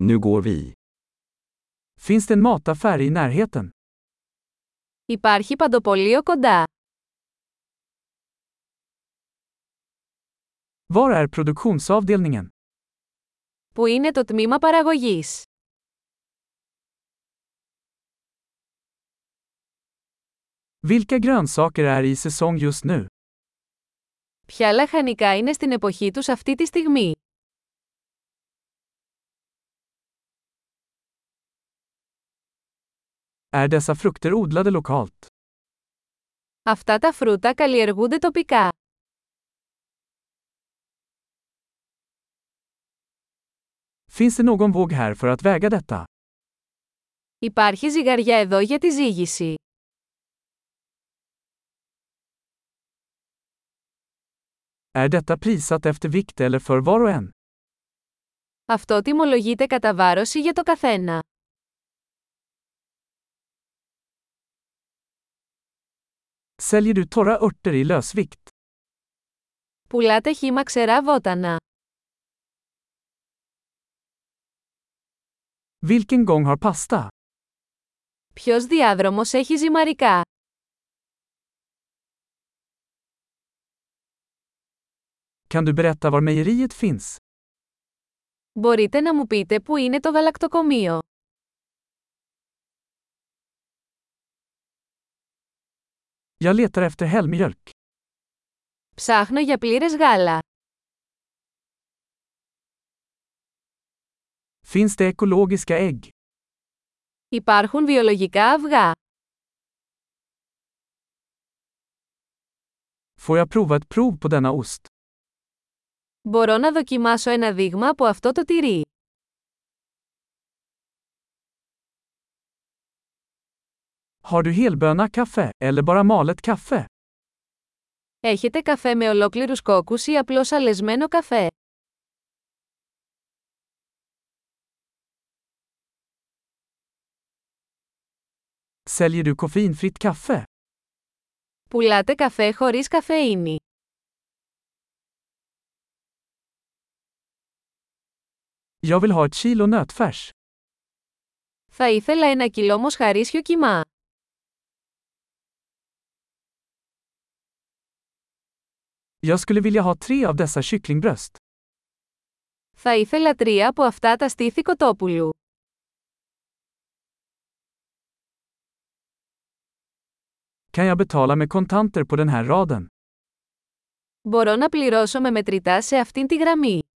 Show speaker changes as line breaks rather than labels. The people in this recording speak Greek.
Nu går vi.
Finns det en mataffär i närheten?
Υπάρχει παντοπολείο κοντά.
Var är produktionsavdelningen?
Πού είναι το τμήμα παραγωγής?
Vilka grönsaker är i säsong just nu?
Ποια λαχανικά είναι στην εποχή τους αυτή τη στιγμή?
Är dessa frukter odlade lokalt?
Αυτά τα φρούτα καλλιεργούνται τοπικά.
Finns det någon våg här för att väga detta?
Υπάρχει ζυγαριά εδώ για τη ζύγηση.
Är detta prissatt efter vikt eller för var och en?
Αυτό τιμολογείται κατά βάρος ή για το καθένα.
Säljer du torra örter i lösvikt?
Πουλάτε χύμα ξερά βότανα.
Vilken gång har pasta?
Ποιος διάδρομος έχει ζυμαρικά?
Kan du berätta var mejeriet finns?
Μπορείτε να μου πείτε πού είναι το γαλακτοκομείο.
Jag letar efter helmjölk.
Ψάχνω για πλήρες γάλα.
Finns det ekologiska ägg?
Υπάρχουν βιολογικά αυγά.
Får jag prova ett prov på denna ost?
Μπορώ να δοκιμάσω ένα δείγμα από αυτό το τυρί.
Har du helböna kaffe eller bara malet kaffe?
Έχετε καφέ με ολόκληρους κόκκους ή απλώς αλεσμένο καφέ.
Säljer du koffeinfritt kaffe?
Πουλάτε καφέ χωρίς καφεΐνη.
Jag vill ha ett kilo nötfärs.
Θα ήθελα ένα κιλό μοσχαρίσιο κιμά.
Jag skulle vilja ha tre av dessa kycklingbröst.
Θα ήθελα τρία από αυτά τα στήθη κοτόπουλου.
Kan jag betala med kontanter på den här raden?
Μπορώ να πληρώσω με μετρητά σε αυτήν τη γραμμή.